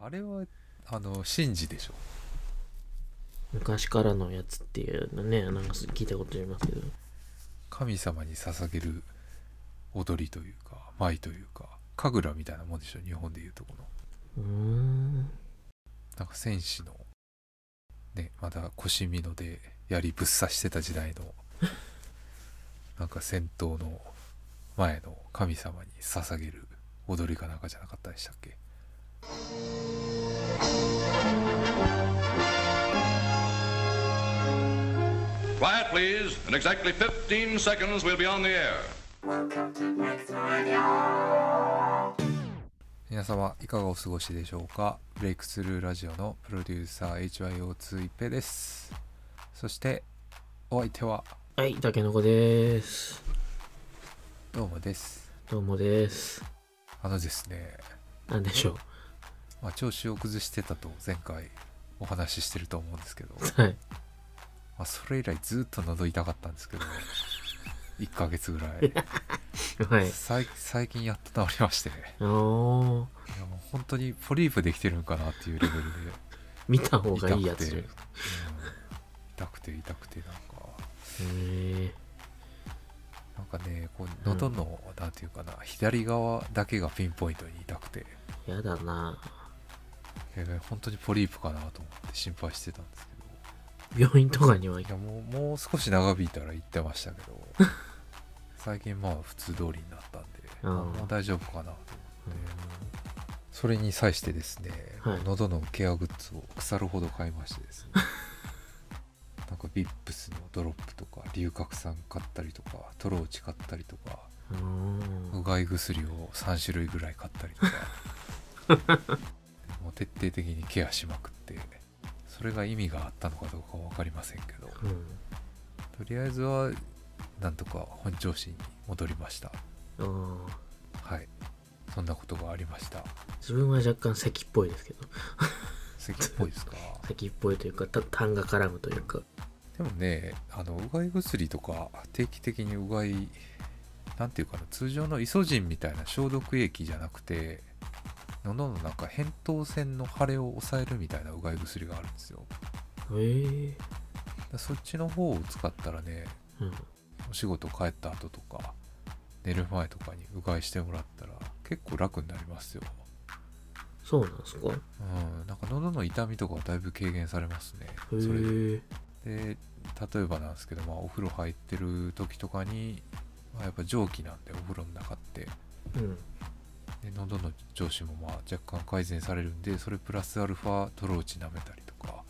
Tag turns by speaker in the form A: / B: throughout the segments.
A: あれはあの神事でしょ
B: 昔からのやつっていうのね、なんか聞いたことありますけど。
A: 神様に捧げる踊りというか舞というか神楽みたいなもんでしょ日本でいうとこの
B: うーん。
A: なんか戦士のねまだ腰みので槍ぶっ刺してた時代のなんか戦闘の前の神様に捧げる踊りかなんかじゃなかったでしたっけ
C: Quiet, please. In exactly 15 seconds, we'll be on the air.
A: 皆様いかがお過ごしでしょうかブレイクスルーラジオのプロデューサー HYO2 一平ですそしてお相手は
B: はい、たけのこです。
A: どうもです
B: どうもです。
A: あのですね、
B: なんでしょ
A: まあ、調子を崩してたと前回お話ししてると思うんですけど、ま
B: う。 はい。
A: あ、それ以来ずっと喉痛かったんですけど1ヶ月ぐらい
B: はい。
A: さい最近やっと治りましてい
B: おー、
A: やもう本当にポリープできてるんかなっていうレベルで
B: 見た方
A: 痛く
B: が
A: て
B: いいやつじゃん。へ
A: 痛くて痛くてなんか
B: ー。
A: なんかねこう喉の、なんていうかな左側だけがピンポイントに痛くて
B: やだな
A: えー本当にポリープかなと思って心配してたんですけど
B: 病院とかには行
A: い
B: か
A: やもうもう少し長引いたら行ってましたけど 最近まあ普通通りになったんで、
B: うん
A: あもう大丈夫かなと思って、それに際してですね、
B: はい
A: 喉のケアグッズを腐るほど買いまして ですねなんかビップスのドロップとか龍角散買ったりとかトローチ買ったりとか
B: うーん。
A: うがい薬を3種類ぐらい買ったりとか もう徹底的にケアしまくってそれが意味があったのかどうかは分かりませんけどとりあえずはなんとか本調子に戻りました
B: うん。あー
A: はいそんなことがありました
B: 自分は若干咳っぽいですけど。
A: 咳っぽいですか
B: 咳っぽいというか、た痰が絡むというか。
A: でもねあのうがい薬とか定期的にうがいなんていうかな通常のイソジンみたいな消毒液じゃなくて喉のなんか扁桃腺の腫れを抑えるみたいなうがい薬があるんですよ
B: へー。
A: でそっちの方を使ったらね
B: うん。
A: お仕事帰った後とか寝る前とかにうがいしてもらったら結構楽になりますよ
B: そうなんですかへ
A: うん、なんか喉の痛みとかはだいぶ軽減されますね。それで
B: ー。
A: で例えばなんですけど、まあ、お風呂入ってる時とかに、まあ、やっぱ蒸気なんでお風呂の中って
B: うん。
A: で喉の調子もまあ若干改善されるんでそれプラスアルファトローチ舐めたりとか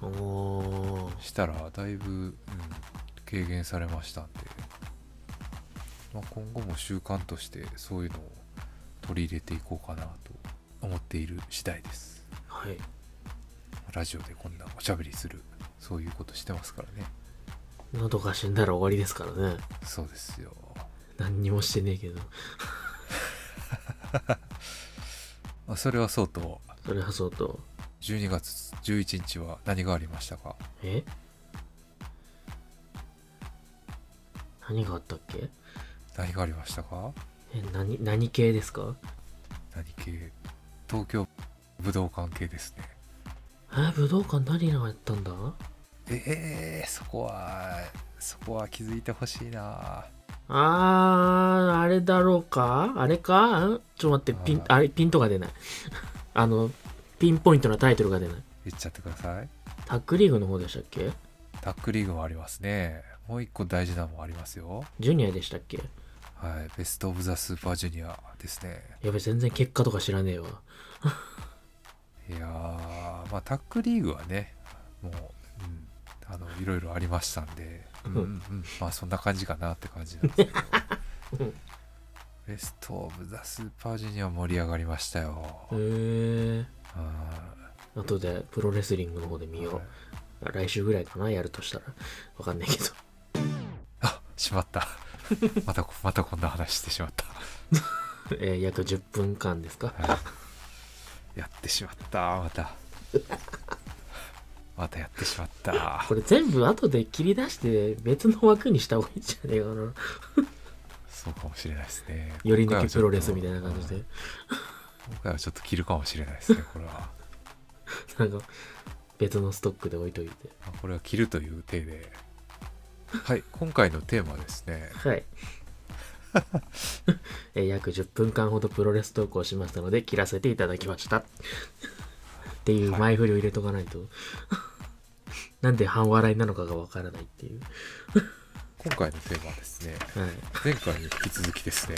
B: おー。
A: したらだいぶ、うん、軽減されましたんで、まあ、今後も習慣としてそういうのを取り入れていこうかなと思っている次第です。
B: はい。
A: ラジオでこんなおしゃべりするそういうことしてますからね
B: 喉が死んだら終わりですからね。
A: そうですよ
B: 何にもしてねえけど。
A: まあそれはそうと
B: それはそうと。
A: 12月11日は何がありましたか
B: え何があったっけ
A: 何がありましたか
B: え、何、何系ですか
A: 何系東京武道館系ですね
B: え、武道館何がやったんだ
A: ええそこはそこは気づいてほしいな
B: あー、あれだろうかあれかんちょっと待って、ピン、
A: あ
B: あれ、ピントが出ない。 あの、ピンポイントなタイトルが出ない。
A: 言っちゃってください
B: タックリーグの方でしたっけ
A: タックリーグもありますねもう一個大事なのもありますよ
B: ジュニアでしたっけい
A: はいベスト・オブ・ザ・スーパージュニアですね
B: やべ、全然結果とか知らねえわ。
A: いやーまあタックリーグはねもう、うん、あのいろいろありましたんで、うんうんうんまあそんな感じかなって感じなんですけど ベスト・オブ・ザ・スーパージュニア盛り上がりましたよ、
B: へー。
A: あ
B: 後でプロレスリングの方で見よう。来週ぐらいかなやるとしたらわかん ないけど
A: あしまった またこまたこんな話してしまった、
B: えー約10分間ですか
A: はいやってしまったまた またやってしまった
B: これ全部後で切り出して別の枠にした方がいいんじゃねえかな
A: そうかもしれないですね
B: より抜きプロレスみ
A: い
B: たいな感じで
A: 今回はちょっと着るかもしれないですねこれは、ま
B: なんか、別のストックで置いといて。
A: あこれは着るという体ではい今回のテーマはですね
B: はい。えー約10分間ほどプロレストークをしましたので、切らせていただきました。っていう前振りを入れとかないと、なんで半笑いなのかがわからないっていう。
A: 今回のテーマはですね
B: はい。
A: 前回に引き続きですね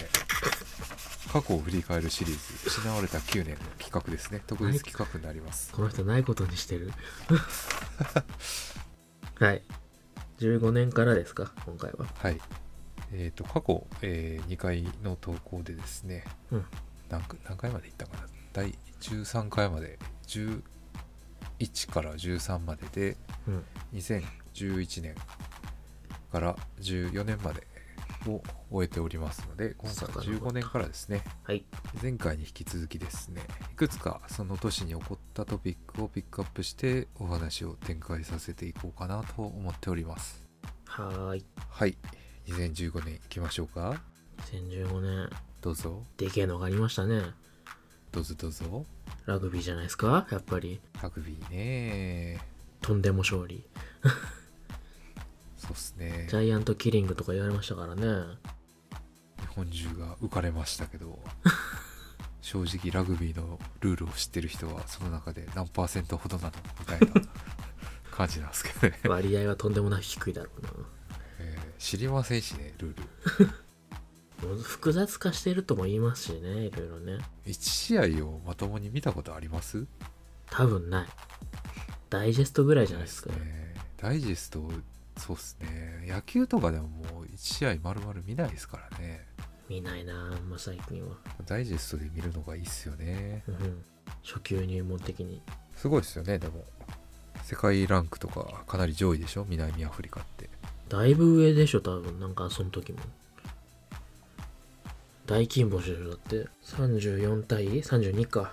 A: 過去を振り返るシリーズ失われた9年の企画ですね特別企画になります、
B: この人ないことにしてる。 はい。15年からですか、今回は。
A: はい。えっ、と、過去、え2回の投稿でですね、
B: うん
A: 何回何回までいったかな第13回まで、11から13までで、
B: うん。
A: 2011年から14年までを終えておりますので、今回は15年からですね、
B: はい。
A: 前回に引き続きですね、いくつかその年に起こったトピックをピックアップしてお話を展開させていこうかなと思っております。
B: はーい。
A: はい。2015年いきましょうか。
B: 2015年、
A: どうぞ、
B: でけえのがありましたね。
A: どうぞどうぞ。
B: ラグビーじゃないですか、やっぱり。
A: ラグビーね。
B: とんでも勝利。
A: そうっすね。
B: ジャイアントキリングとか言われましたからね。
A: 日本中が浮かれましたけ ど、正直ラグビーのルールを知ってる人はその中で何パーセントほどなのみたいな感じなんですけど ね、
B: 割合はとんでもなく低いだろうな。
A: えー知りませんしね、ルール。
B: もう複雑化してるとも言いますしね、いろいろね。
A: 1試合をまともに見たことあります
B: 多分ない。ダイジェストぐらいじゃないですか。
A: ね。ダイジェスト、そうっすね。野球とかでももう1試合丸々見ないですからね。
B: 見ないなあんま最近は。
A: ダイジェストで見るのがいいっすよね。
B: うん。初級入門的に。
A: すごいですよねでも世界ランクとかかなり上位でしょ南アフリカって
B: だいぶ上でしょ、多分。なんかその時も。大金星でしょ、だって。34対32か。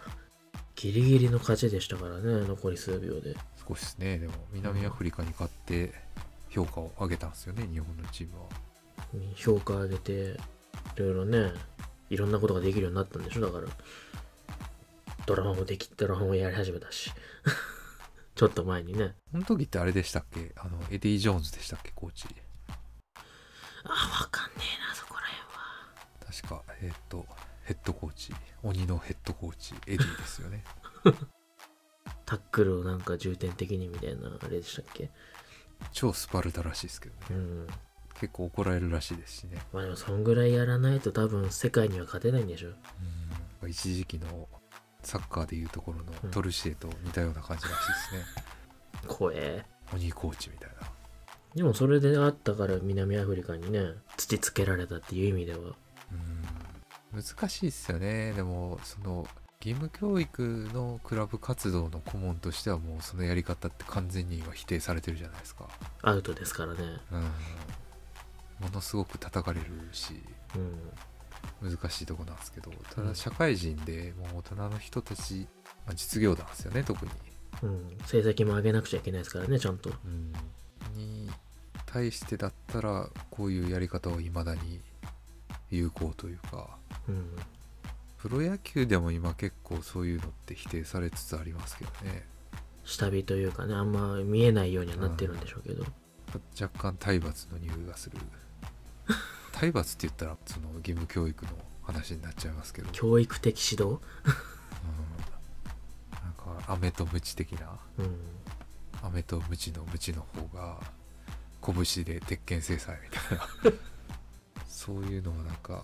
B: ギリギリの勝ちでしたからね、残り数秒で。
A: 少しですねでも南アフリカに勝って評価を上げたんですよね日本のチームは
B: 評価上げていろいろねいろんなことができるようになったんでしょだからドラマもできドラマもやり始めたし ちょっと前にね
A: この時ってあれでしたっけあのエディ・ジョーンズでしたっけコーチ
B: あわかんねえなそこら辺は
A: 確かえーっ、とヘッドコーチ鬼のヘッドコーチエディですよね
B: タックルをなんか重点的にみたいなあれでしたっけ
A: 超スパルタらしいですけどね
B: うん
A: 結構怒られるらしいですしね
B: まあでもそんぐらいやらないと多分世界には勝てないんでしょ
A: うん一時期のサッカーでいうところのトルシエと似たような感じらしいですね、
B: 怖え
A: 鬼コーチみたいな
B: でもそれであったから南アフリカにね土つけられたっていう意味では
A: うん難しいですよねでもその義務教育のクラブ活動の顧問としてはもうそのやり方って完全に今否定されてるじゃないですか、
B: アウトですからね
A: うん、ものすごく叩かれるし
B: うん
A: 難しいとこなんですけどた
B: う
A: だ
B: ん
A: 社会人でもう大人の人たち、まあ実業団ですよね特に、
B: うん成績も上げなくちゃいけないですからねちゃんと
A: うん、に対してだったらこういうやり方を未だに有効というか
B: うん
A: プロ野球でも今結構そういうのって否定されつつありますけどね
B: 下火というかねあんま見えないようにはなってるんでしょうけど、
A: 若干体罰の匂いがする体罰って言ったらその義務教育の話になっちゃいますけど、うん、
B: 教育的指導
A: なんか飴と鞭的な
B: うん
A: 飴と鞭の鞭の方が拳で鉄拳制裁みたいな そういうのもなんか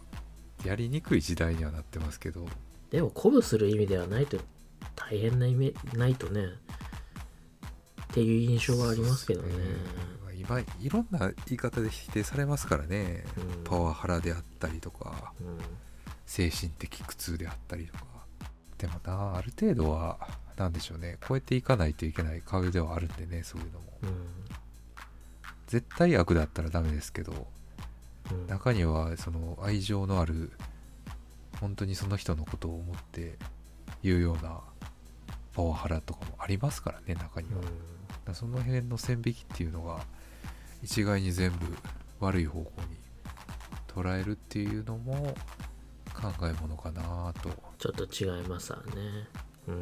A: やりにくい時代にはなってますけど
B: でも鼓舞する意味ではないと大変な意味ないとねっていう印象はありますけどね
A: うん今いろんな言い方で否定されますからね、
B: うん
A: パワハラであったりとか
B: うん
A: 精神的苦痛であったりとかでもなある程度は何でしょうね超えていかないといけない壁ではあるんでねそういうのも
B: うん
A: 絶対悪だったらダメですけど
B: うん
A: 中にはその愛情のある本当にその人のことを思って言うようなパワハラとかもありますからね中には、だからその辺の線引きっていうのが一概に全部悪い方向に捉えるっていうのも考えものかなと
B: ちょっと違いますわね。うん。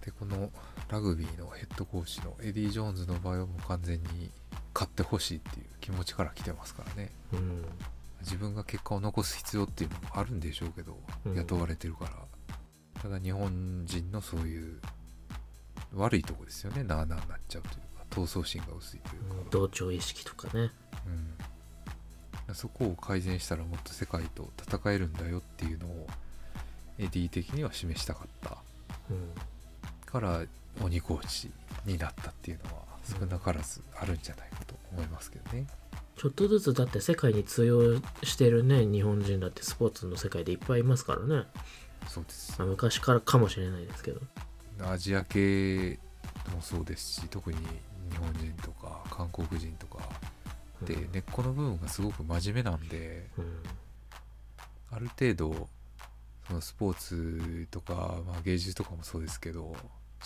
A: でこのラグビーのヘッドコーチのエディ・ジョーンズの場合はもう完全に勝ってほしいっていう気持ちから来てますからね
B: うん。
A: 自分が結果を残す必要っていうのもあるんでしょうけど、
B: うん
A: 雇われてるからただ日本人のそういう悪いとこですよねなあなあになっちゃうというか闘争心が薄いというか、
B: 同調意識とかね。
A: うん、そこを改善したらもっと世界と戦えるんだよっていうのをエディ的には示したかった
B: うん。
A: から鬼コーチになったっていうのは少なからずあるんじゃないかと思いますけどね。
B: ちょっとずつだって世界に通用してるね、日本人だってスポーツの世界でいっぱいいますからね。
A: そうです
B: まあ、昔からかもしれないですけど。
A: アジア系もそうですし特に日本人とか韓国人とかで
B: うん
A: 根っこの部分がすごく真面目なんで
B: うん。
A: ある程度そのスポーツとか、まあ、芸術とかもそうですけど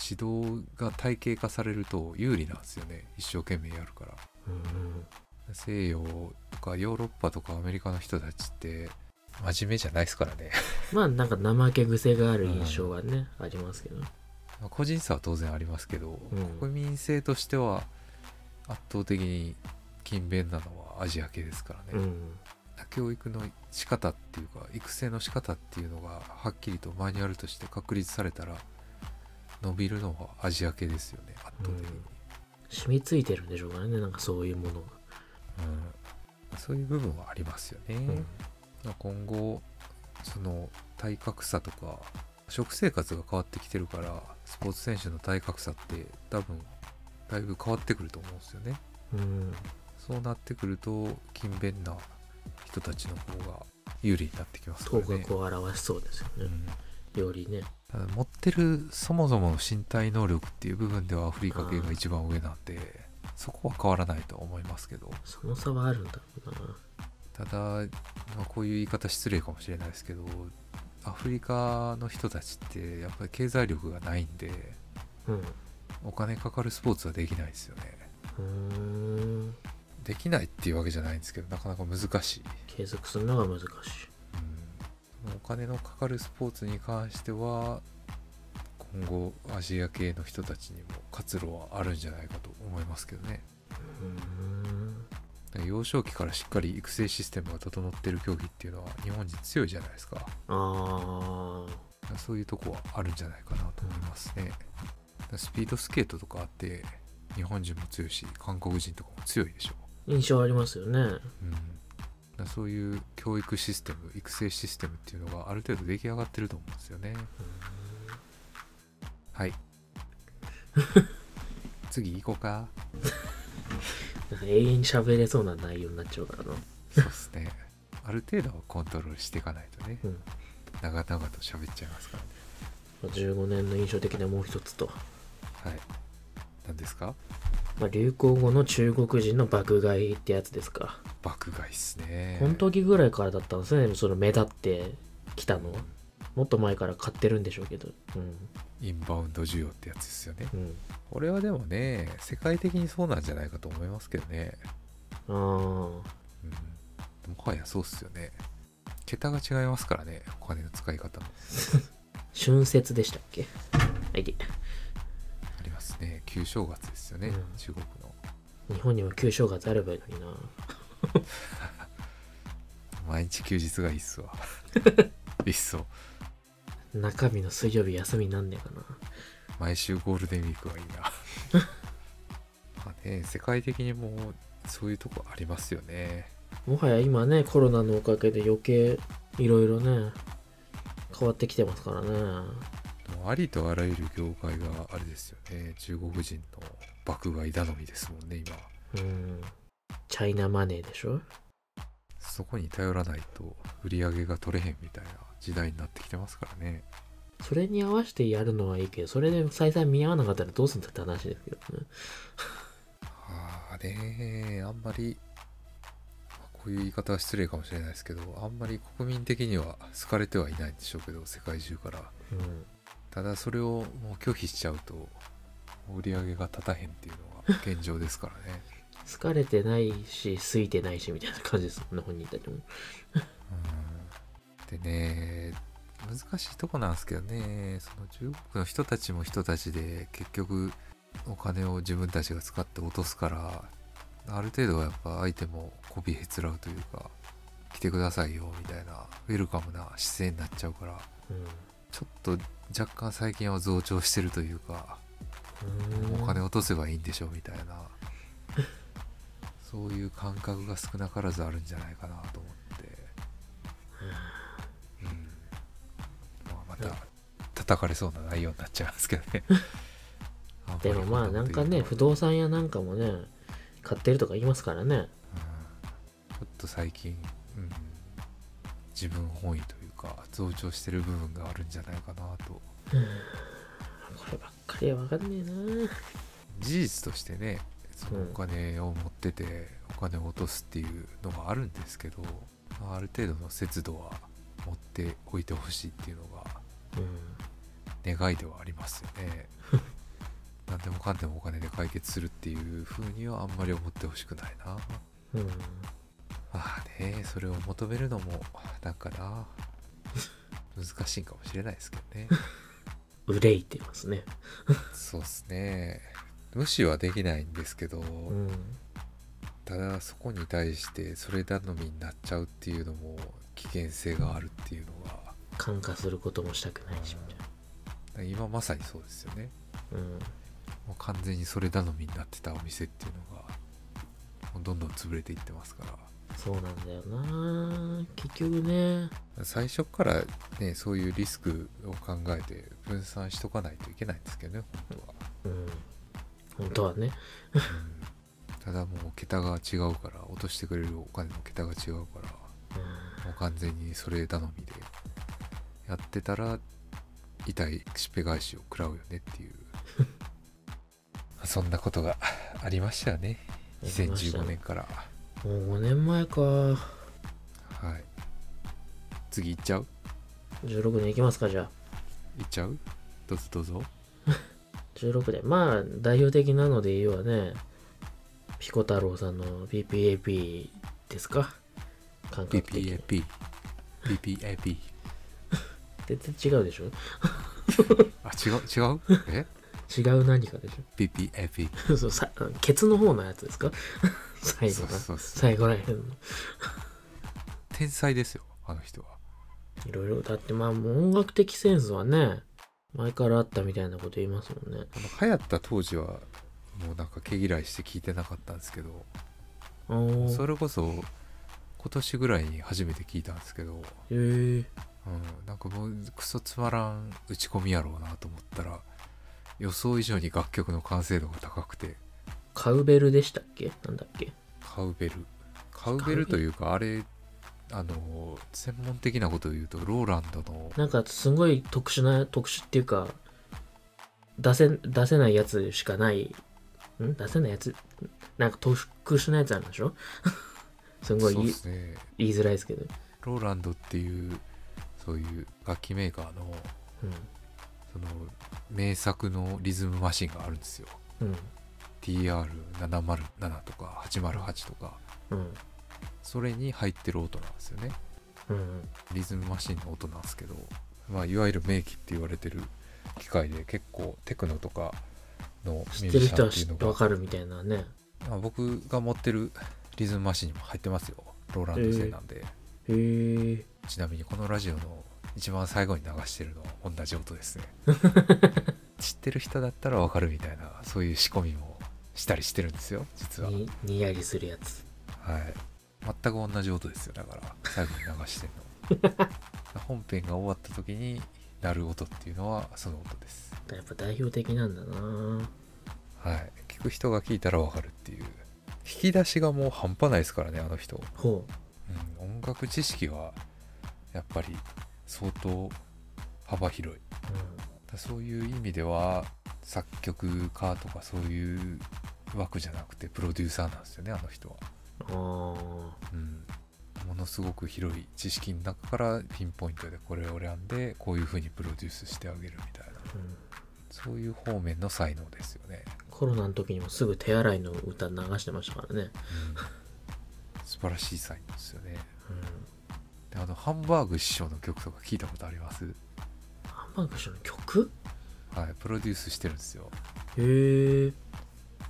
A: 指導が体系化されると有利なんですよね一生懸命やるから
B: うん。
A: 西洋とかヨーロッパとかアメリカの人たちって真面目じゃないですからね
B: まあなんか怠け癖がある印象はね、ありますけど。
A: まあ個人差は当然ありますけど、
B: うん
A: 国民性としては圧倒的に勤勉なのはアジア系ですからね、
B: うん。
A: 教育の仕方っていうか育成の仕方っていうのがはっきりとマニュアルとして確立されたら伸びるのはアジア系ですよね圧倒的に、
B: 染みついてるんでしょうからね、なんかそういうもの
A: う
B: が。
A: んそういう部分はありますよね、
B: うん。
A: まあ今後その体格差とか食生活が変わってきてるからスポーツ選手の体格差って多分だいぶ変わってくると思うんですよね
B: うん。
A: そうなってくると勤勉な人たちの方が有利になってきますか
B: 頭
A: らね
B: 角を表しそうです
A: う
B: よね。
A: ん
B: よりね。
A: ただ持ってるそもそもの身体能力っていう部分ではアフリカ系が一番上なんでそこは変わらないと思いますけど
B: その差はあるんだろうな。
A: ただ、まあこういう言い方失礼かもしれないですけどアフリカの人たちってやっぱり経済力がないんで
B: うん。
A: お金かかるスポーツはできないですよね
B: うーん。
A: できないっていうわけじゃないんですけどなかなか難しい、
B: 継続するのが難しい。
A: うん、お金のかかるスポーツに関しては今後アジア系の人たちにも活路はあるんじゃないかと思いますけどね
B: うーん。
A: だから幼少期からしっかり育成システムが整ってる競技っていうのは日本人強いじゃないですかだか
B: ああ。
A: らそういうとこはあるんじゃないかなと思いますねだからスピードスケートとかあって日本人も強いし韓国人とかも強いでしょ、
B: 印象ありますよ
A: う
B: ね。
A: ん、だからそういう教育システム育成システムっていうのがある程度出来上がってると思うんですよねはい次行こうか
B: なんか永遠に喋れそうな内容になっちゃうからな。
A: そうですねある程度はコントロールしていかないとね
B: うん。
A: 長々と喋っちゃいますからね
B: 15年の印象的なもう一つと。
A: はい。何ですか
B: まあ、流行語の中国人の爆買いってやつですか。
A: 爆買いっすね。
B: この時ぐらいからだったんですね、その目立ってきたのは。もっと前から買ってるんでしょうけど。うん。
A: インバウンド需要ってやつですよね。
B: うん。
A: これはでもね、世界的にそうなんじゃないかと思いますけどね。
B: あ
A: うん。もはやそうっすよね。桁が違いますからね、お金の使い方も
B: あ。春節でしたっけはいで。
A: ありますね。旧正月ですよね、
B: うん
A: 中国の。
B: 日本にも旧正月あればいいのにな。
A: 毎日休日がいいっすわ。 いっそ。
B: 中身の水曜日休みなんねえかな。
A: 毎週ゴールデンウィークはい いな。まあね、世界的にもうそういうとこありますよね。
B: もはや今ね、コロナのおかげで余計いろいろね、変わってきてますからね。
A: もうありとあらゆる業界があれですよね中国人の爆買い頼みですもんね今
B: うん。チャイナマネーでしょ
A: そこに頼らないと売り上げが取れへんみたいな時代になってきてますからね
B: それに合わせてやるのはいいけど、それで採算見合わなかったらどうすんだって話ですけどね。
A: ああねあんまりまあこういう言い方は失礼かもしれないですけどあんまり国民的には好かれてはいないんでしょうけど世界中から
B: うん。
A: ただそれをもう拒否しちゃうと売り上げが立たへんっていうのが現状ですから ね
B: 好かれてないし、好いてないしみたいな感じですもんね、本人たちも。
A: うんでね難しいとこなんですけどねその中国の人たちも人たちで結局お金を自分たちが使って落とすからある程度はやっぱ相手も媚びへつらうというか来てくださいよみたいなウェルカムな姿勢になっちゃうからちょっと若干最近は増長してるというか
B: うん
A: お金落とせばいいんでしょみたいなそういう感覚が少なからずあるんじゃないかなと思って、うんまあ、ま
B: うん
A: た叩かれそうな内容になっちゃいますけど ねんり
B: でもまあ
A: こ
B: なん
A: こと
B: か
A: 言うと
B: ね不動産屋なんかもね買ってるとか言いますからね
A: うんちょっと最近、うん、自分本位というか増長してる部分があるんじゃないかなと
B: こればっかりは分かんねえな
A: 事実としてねその
B: うん
A: お金を持っててお金を落とすっていうのがあるんですけど、まあ、ある程度の節度は持っておいてほしいっていうのが
B: うん
A: 願いではありますよ ね何でもかんでもお金で解決するっていう風にはあんまり思ってほしくないな
B: うん
A: まあねそれを求めるのもなんかな難しいかもしれないですけ どね
B: 憂いてますね
A: そうっすね無視はできないんですけど、
B: うん
A: ただそこに対してそれ頼みになっちゃうっていうのも危険性があるっていうのは
B: 感化することもしたくないしみ
A: 今まさにそうですよね
B: たいなうん
A: もう完全にそれ頼みになってたお店っていうのがもうどんどん潰れていってますから
B: そうなんだよな結局ね
A: 最初からねそういうリスクを考えて分散しとかないといけないんですけどね本当は
B: うん本当はね
A: ただもう桁が違うから落としてくれるお金の桁が違うからもう完全にそれ頼みでやってたら痛いしっぺ返しを食らうよねっていうそんなことがありましたよね
B: ありました
A: 2015年から
B: うんもう5年前か
A: はい次行っちゃう
B: 16年いきますかじゃあ
A: 行っちゃうどうぞどうぞ
B: 16でまあ代表的なので言うはねピコ太郎さんの PPAP ですか感覚的に
A: PPAP PPAP
B: 全然違うでしょ
A: あ違う違うえ
B: 違う何かでし
A: PPAP
B: ょ そうさケツの方のやつですか 最後
A: そう
B: な
A: そうそう
B: 最後らへんの
A: 天才ですよあの人はい
B: ろいろだってまあもう音楽的センスはね前からあったみたいなこと言いますもんね
A: あの流行った当時はもうなんか毛嫌いして聞いてなかったんですけど
B: あー
A: それこそ今年ぐらいに初めて聞いたんですけど、
B: へえ
A: うん、なんかもうクソつまらん打ち込みやろうなと思ったら予想以上に楽曲の完成度が高くて
B: カウベルでしたっけなんだっけ
A: カウベルカウベルというかあれあの専門的なことを言うとローランドの
B: なんかすごい特殊な特殊っていうか出せ出せないやつしかないん出せないやつなんか特殊なやつあるんでしょ すごい
A: そう
B: 言い
A: ですね
B: 言いづらいですけど、
A: ローランドっていうそういう楽器メーカーのその名作のリズムマシンがあるんですよ
B: うん
A: TR707 とか808とか
B: うんうん
A: それに入ってる音なんですよね
B: うん
A: リズムマシンの音なんですけど、まあ、いわゆる名機って言われてる機械で結構テクノとかの
B: 知
A: ミュー
B: ってる
A: ジシ
B: 人
A: ャン
B: は
A: ってい
B: 知
A: う
B: っ
A: の
B: てわ
A: が
B: かるみたいなね
A: まあ僕が持ってるリズムマシンにも入ってますよローランド製なんで、
B: へえ
A: ちなみにこのラジオの一番最後に流してるのは同じ音 ですね知ってる人だったらわかるみたいなそういう仕込みもしたりしてるんですよ実は、
B: ににやりするやつ
A: はい全く同じ音ですよだから最後に流してるの本編が終わった時に鳴る音っていうのはその音です
B: やっぱ代表的なんだな
A: はい聞く人が聞いたらわかるっていう引き出しがもう半端ないですからねあの人、
B: ほ、
A: うん、音楽知識はやっぱり相当幅広いう
B: う
A: だそういう意味では作曲家とかそういう枠じゃなくてプロデューサーなんですよねあの人は
B: ん、ああ
A: うん、ものすごく広い知識の中からピンポイントでこれを選んでこういうふうにプロデュースしてあげるみたいな
B: うん
A: そういう方面の才能ですよね、
B: コロナの時にもすぐ手洗いの歌流してましたからね
A: 素晴らしい才能ですよねであのハンバーグ師匠の曲とか聞いたことあります、
B: ハンバーグ師匠の曲
A: はい、プロデュースしてるんですよ
B: へえ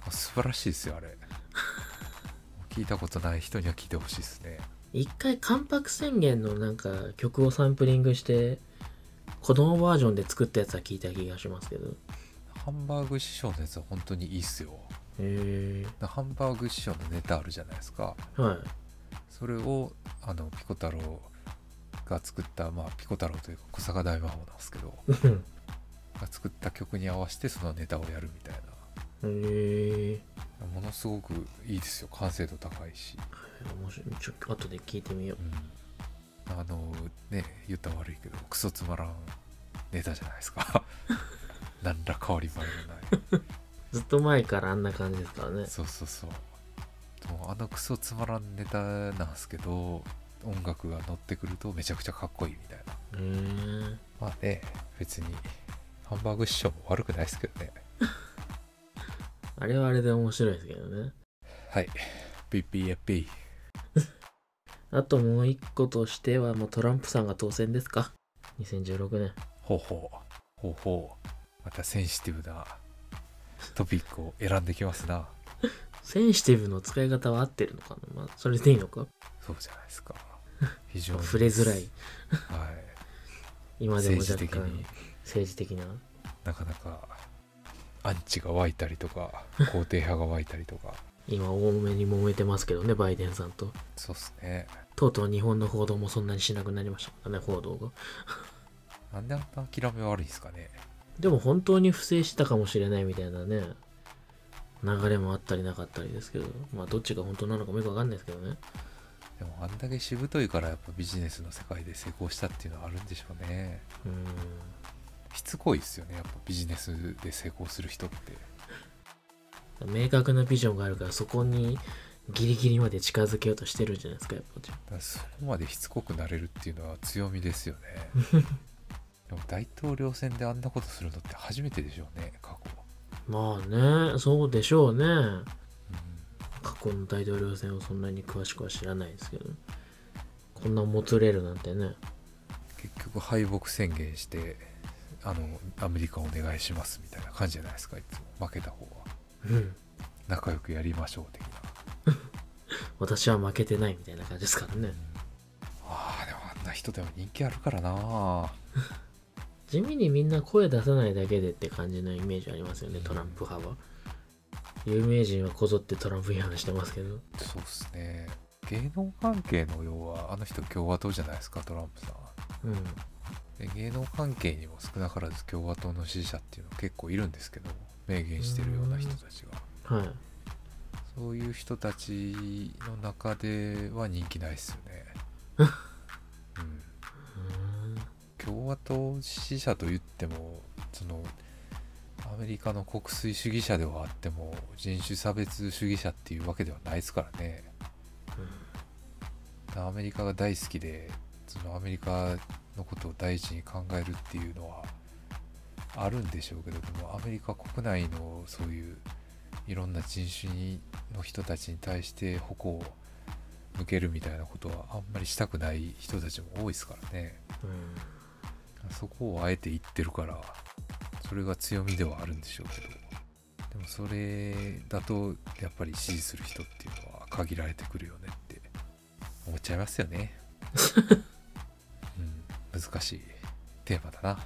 A: あ素晴らしいですよあれ聞いたことない人には聞いてほしいですね
B: 一回関白宣言のなんか曲をサンプリングして子供バージョンで作ったやつは聞いた気がしますけどへ
A: ハンバーグ師匠のやつは本当にいいっすよ
B: え
A: なハンバーグ師匠のネタあるじゃないですか
B: はい
A: それをあのピコ太郎が作った、まあ、ピコ太郎というか小坂大魔法なんですけど
B: うん
A: が作った曲に合わせてそのネタをやるみたい
B: へえ
A: なものすごくいいですよ完成度高いし、
B: 面白いちょ後で聞いてみよう
A: うん、あのね言ったら悪いけどクソつまらんネタじゃないですか 何ら変わり映えのな
B: ずっと前からあんな感じですからね
A: いそうそうそうでもあのクソつまらんネタなんですけど音楽が乗ってくるとめちゃくちゃかっこいいみたいな
B: へえ
A: まあね、別にハンバーグ師匠も悪くないですけどね。
B: あれはあれで面白いですけどね
A: はい。PPFP。
B: あともう一個としてはもうトランプさんが当選ですか2016年
A: ほうほう。ほうほう。またセンシティブなトピックを選んできますな。
B: センシティブの使い方は合ってるのかなまあそれでいいのか
A: そうじゃない ですか。非常に。
B: 触れづらい。
A: は
B: 今
A: い。
B: でも
A: 政
B: 若
A: 治
B: 干
A: 的に
B: 政治的な
A: なかなかアンチが湧いたりとか、肯定派が湧いたりとか。
B: 今多めに揉めてますけどねバイデンさんと
A: そうっすね。
B: とうとう日本の報道もそんなにしなくなりましたからね報道が
A: なんであんな諦め悪いんですかね。
B: でも本当に不正してたかもしれないみたいなね流れもあったりなかったりですけどまあどっちが本当なのかもよくわかんないですけどね
A: でもあんだけしぶといからやっぱビジネスの世界で成功したっていうのはあるんでしょうね。
B: うーん
A: しつこいっすよねやっぱビジネスで成功する人って
B: 明確なビジョンがあるからそこにギリギリまで近づけようとしてるんじゃないですかやっぱ
A: だからそこまでしつこくなれるっていうのは強みですよねでも大統領選であんなことするのって初めてでしょうね過去、
B: まあねそうでしょうね
A: うん
B: 過去の大統領選をそんなに詳しくは知らないですけどこんなもつれるなんてね
A: 結局敗北宣言してあのアメリカお願いしますみたいな感じじゃないですかいつも負けた方は
B: うん
A: 仲良くやりましょう的な
B: 私は負けてないみたいな感じですからね
A: ああでもあんな人でも人気あるからな
B: 地味にみんな声出さないだけでって感じのイメージありますよねトランプ派は有名人はこぞってトランプ批判してますけど
A: そうっすね芸能関係の要はあの人共和党じゃないですかトランプさん
B: うん
A: で芸能関係にも少なからず共和党の支持者っていうの結構いるんですけど明言してるような人たちが
B: はい
A: そういう人たちの中では人気ないっすよね、うん、共和党支持者といってもそのアメリカの国粋主義者ではあっても人種差別主義者っていうわけではないですからね、アメリカが大好きでそのアメリカのことを第一に考えるっていうのはあるんでしょうけれどもアメリカ国内のそういういろんな人種にの人たちに対して矛を向けるみたいなことはあんまりしたくない人たちも多いですからね
B: うん
A: そこをあえて言ってるからそれが強みではあるんでしょうけどでもそれだとやっぱり支持する人っていうのは限られてくるよねって思っちゃいますよ ね、うん、難しいテーマだな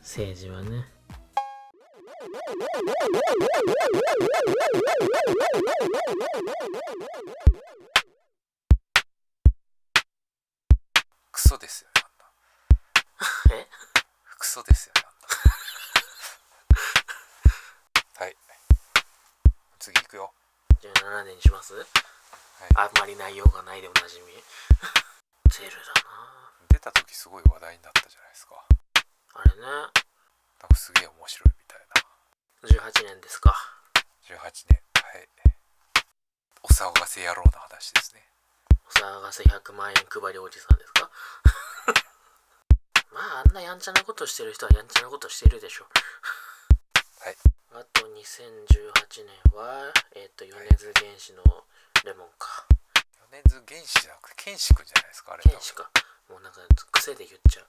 B: 政治はね
A: クソですよねあんな
B: え
A: クソですよね あんなはい次行くよ
B: じゃあ7年にします
A: はい
B: あんまり内容がないでおなじみ ゼルだな
A: 出た時すごい話題になったじゃないですか
B: あれね
A: なんかすげえ面白いみたいな
B: 18年ですか
A: 18年はいお騒がせ野郎の話ですね
B: お騒がせ100万円配りおじさんですか まああんなやんちゃなことしてる人はやんちゃなことしてるでしょ
A: はい
B: あと2018年はえっ、と米津玄師のレモンか
A: 米津玄師じゃなくて剣士くんじゃないですかあれ
B: 剣
A: 多分
B: 士かもうなんか癖で言っちゃう